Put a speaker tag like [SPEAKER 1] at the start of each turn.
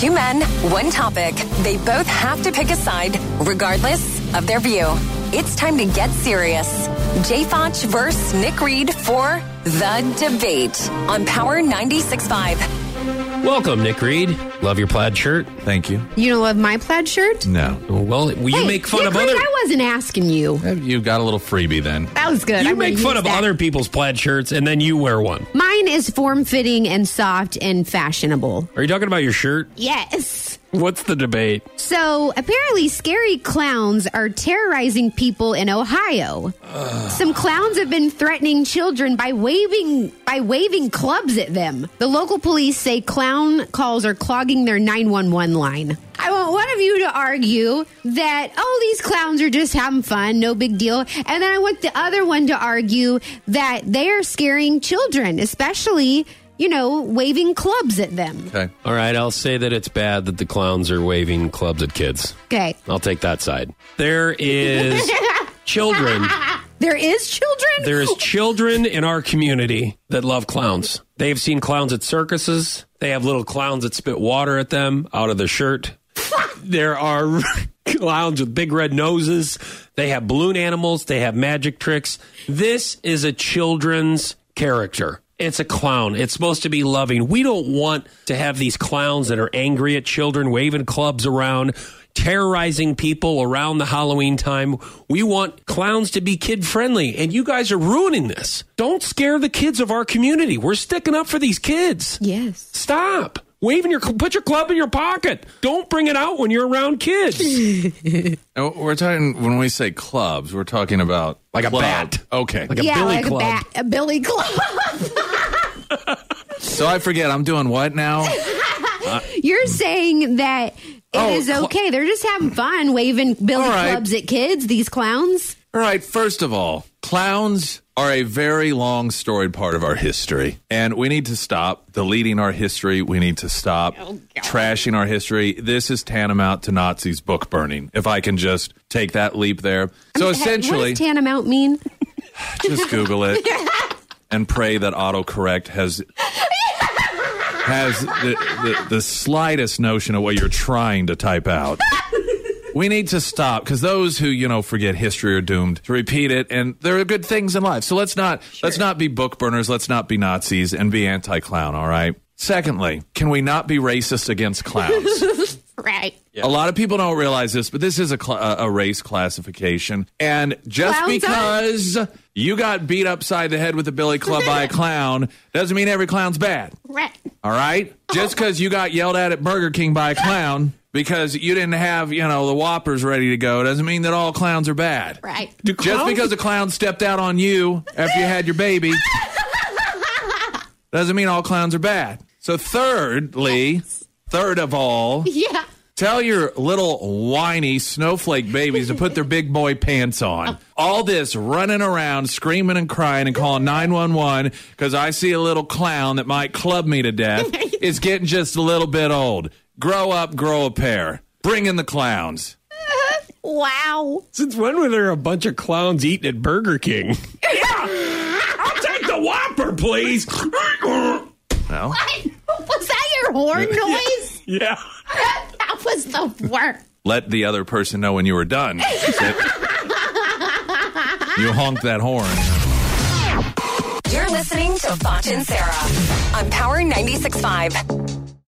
[SPEAKER 1] Two men, one topic. They both have to pick a side, regardless of their view. It's time to get serious. Jay Foch versus Nick Reed for The Debate on Power 96.5.
[SPEAKER 2] Welcome, Nick Reed. Love your plaid shirt.
[SPEAKER 3] Thank you.
[SPEAKER 4] You don't love my plaid shirt?
[SPEAKER 3] No.
[SPEAKER 2] Well, will you
[SPEAKER 4] Hey,
[SPEAKER 2] make fun
[SPEAKER 4] Nick
[SPEAKER 2] of
[SPEAKER 4] Reed,
[SPEAKER 2] other.
[SPEAKER 4] I wasn't asking you.
[SPEAKER 3] You got a little freebie then.
[SPEAKER 4] That was good.
[SPEAKER 2] You
[SPEAKER 4] I'm gonna
[SPEAKER 2] make fun
[SPEAKER 4] use
[SPEAKER 2] of
[SPEAKER 4] that.
[SPEAKER 2] other people's plaid shirts and then you wear one.
[SPEAKER 4] Mine is form fitting and soft and fashionable.
[SPEAKER 2] Are you talking about your shirt?
[SPEAKER 4] Yes.
[SPEAKER 2] What's the debate?
[SPEAKER 4] So apparently, scary clowns are terrorizing people in Ohio. Some clowns have been threatening children by waving by waving clubs at them. The local police say clown calls are clogging their 911 line. I want one of you to argue that oh these clowns are just having fun, no big deal. And then I want the other one to argue that they are scaring children, especially, you know, waving clubs at them.
[SPEAKER 3] Okay.
[SPEAKER 2] All right, I'll say that it's bad that the clowns are waving clubs at kids.
[SPEAKER 4] Okay.
[SPEAKER 2] I'll take that side. There is children.
[SPEAKER 4] There is children?
[SPEAKER 2] There is children in our community that love clowns. They have seen clowns at circuses. They have little clowns that spit water at them out of their shirt. there are clowns with big red noses. They have balloon animals. They have magic tricks. This is a children's character. It's a clown. It's supposed to be loving. We don't want to have these clowns that are angry at children, waving clubs around, terrorizing people around the Halloween time. We want clowns to be kid friendly, and you guys are ruining this. Don't scare the kids of our community. We're sticking up for these kids.
[SPEAKER 4] Yes.
[SPEAKER 2] Stop waving your put your club in your pocket. Don't bring it out when you're around kids.
[SPEAKER 3] Now, We're talking when we say clubs, we're talking about
[SPEAKER 2] Like a
[SPEAKER 3] club.
[SPEAKER 2] bat.
[SPEAKER 3] Okay.
[SPEAKER 2] Like a billy club.
[SPEAKER 4] bat- a billy club.
[SPEAKER 3] so I forget. I'm doing what now?
[SPEAKER 4] You're saying that it
[SPEAKER 3] Oh,
[SPEAKER 4] is
[SPEAKER 3] cl-
[SPEAKER 4] okay. They're just having fun waving billy
[SPEAKER 3] All right.
[SPEAKER 4] clubs at kids. These clowns.
[SPEAKER 3] All right, first of all, clowns are a very long storied part of our history. And we need to stop deleting our history. We need to stop
[SPEAKER 2] Oh,
[SPEAKER 3] trashing our history. This is tantamount to Nazis book burning, if I can just take that leap there. So
[SPEAKER 4] Hey, what
[SPEAKER 3] essentially,
[SPEAKER 4] does tantamount mean?
[SPEAKER 3] just Google it and pray that autocorrect has has the, the, the slightest notion of what you're trying to type out. We need to stop because those who you know forget history are doomed to repeat it, and there are good things in life. So let's not let's not be book burners, let's not be Nazis, and be anti clown. All right. Secondly, can we not be racist against clowns?
[SPEAKER 4] Right.
[SPEAKER 3] A lot of people don't realize this, but this is a, cl- a a race classification. And just
[SPEAKER 4] Clowns are-
[SPEAKER 3] because you got beat upside the head with a billy club by a clown doesn't mean every clown's bad.
[SPEAKER 4] Right.
[SPEAKER 3] All right? Just
[SPEAKER 4] Oh.
[SPEAKER 3] because you got yelled at at Burger King by a clown because you didn't have, you know, the Whoppers ready to go doesn't mean that all clowns are bad.
[SPEAKER 4] Right.
[SPEAKER 3] Just because a clown stepped out on you after you had your baby doesn't mean all clowns are bad. So, thirdly, third of all,
[SPEAKER 4] Yeah.
[SPEAKER 3] Tell your little whiny snowflake babies to put their big boy pants on. All this running around, screaming and crying and calling 911 because I see a little clown that might club me to death is getting just a little bit old. Grow up, grow a pair. Bring in the clowns.
[SPEAKER 4] Wow.
[SPEAKER 2] Since when were there a bunch of clowns eating at Burger King? yeah, I'll take the Whopper, please.
[SPEAKER 3] Well,
[SPEAKER 4] was that your horn noise?
[SPEAKER 2] yeah.
[SPEAKER 4] that was the worst.
[SPEAKER 3] let the other person know when you were done. you honked that horn.
[SPEAKER 1] You're listening to Foch and Sarah on Power 96.5.